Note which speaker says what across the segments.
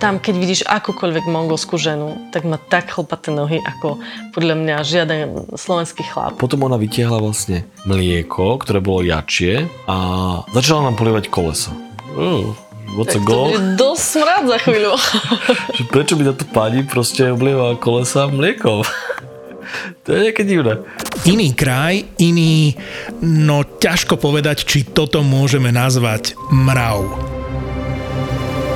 Speaker 1: Tam, keď vidíš akúkoľvek mongolskú ženu, tak má tak chlpaté nohy, ako podľa mňa žiaden slovenský chlap.
Speaker 2: Potom ona vytiahla vlastne mlieko, ktoré bolo jačie a začala nám polievať kolesa. Uh, what's a
Speaker 1: Tak to
Speaker 2: goal?
Speaker 1: bude dosť smrad za chvíľu.
Speaker 2: Že prečo by táto pani proste oblieva kolesa mliekom? to je nejaké divné.
Speaker 3: Iný kraj, iný... No ťažko povedať, či toto môžeme nazvať mrav.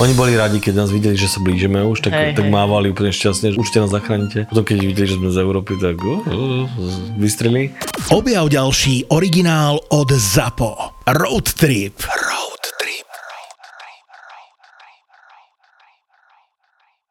Speaker 2: Oni boli radi, keď nás videli, že sa blížime už, tak,
Speaker 1: Hej, hej.
Speaker 2: tak mávali úplne šťastne, že určite nás zachránite. Potom keď videli, že sme z Európy, tak uh, uh, vystreli.
Speaker 3: Objav ďalší originál od ZAPO. Road Trip.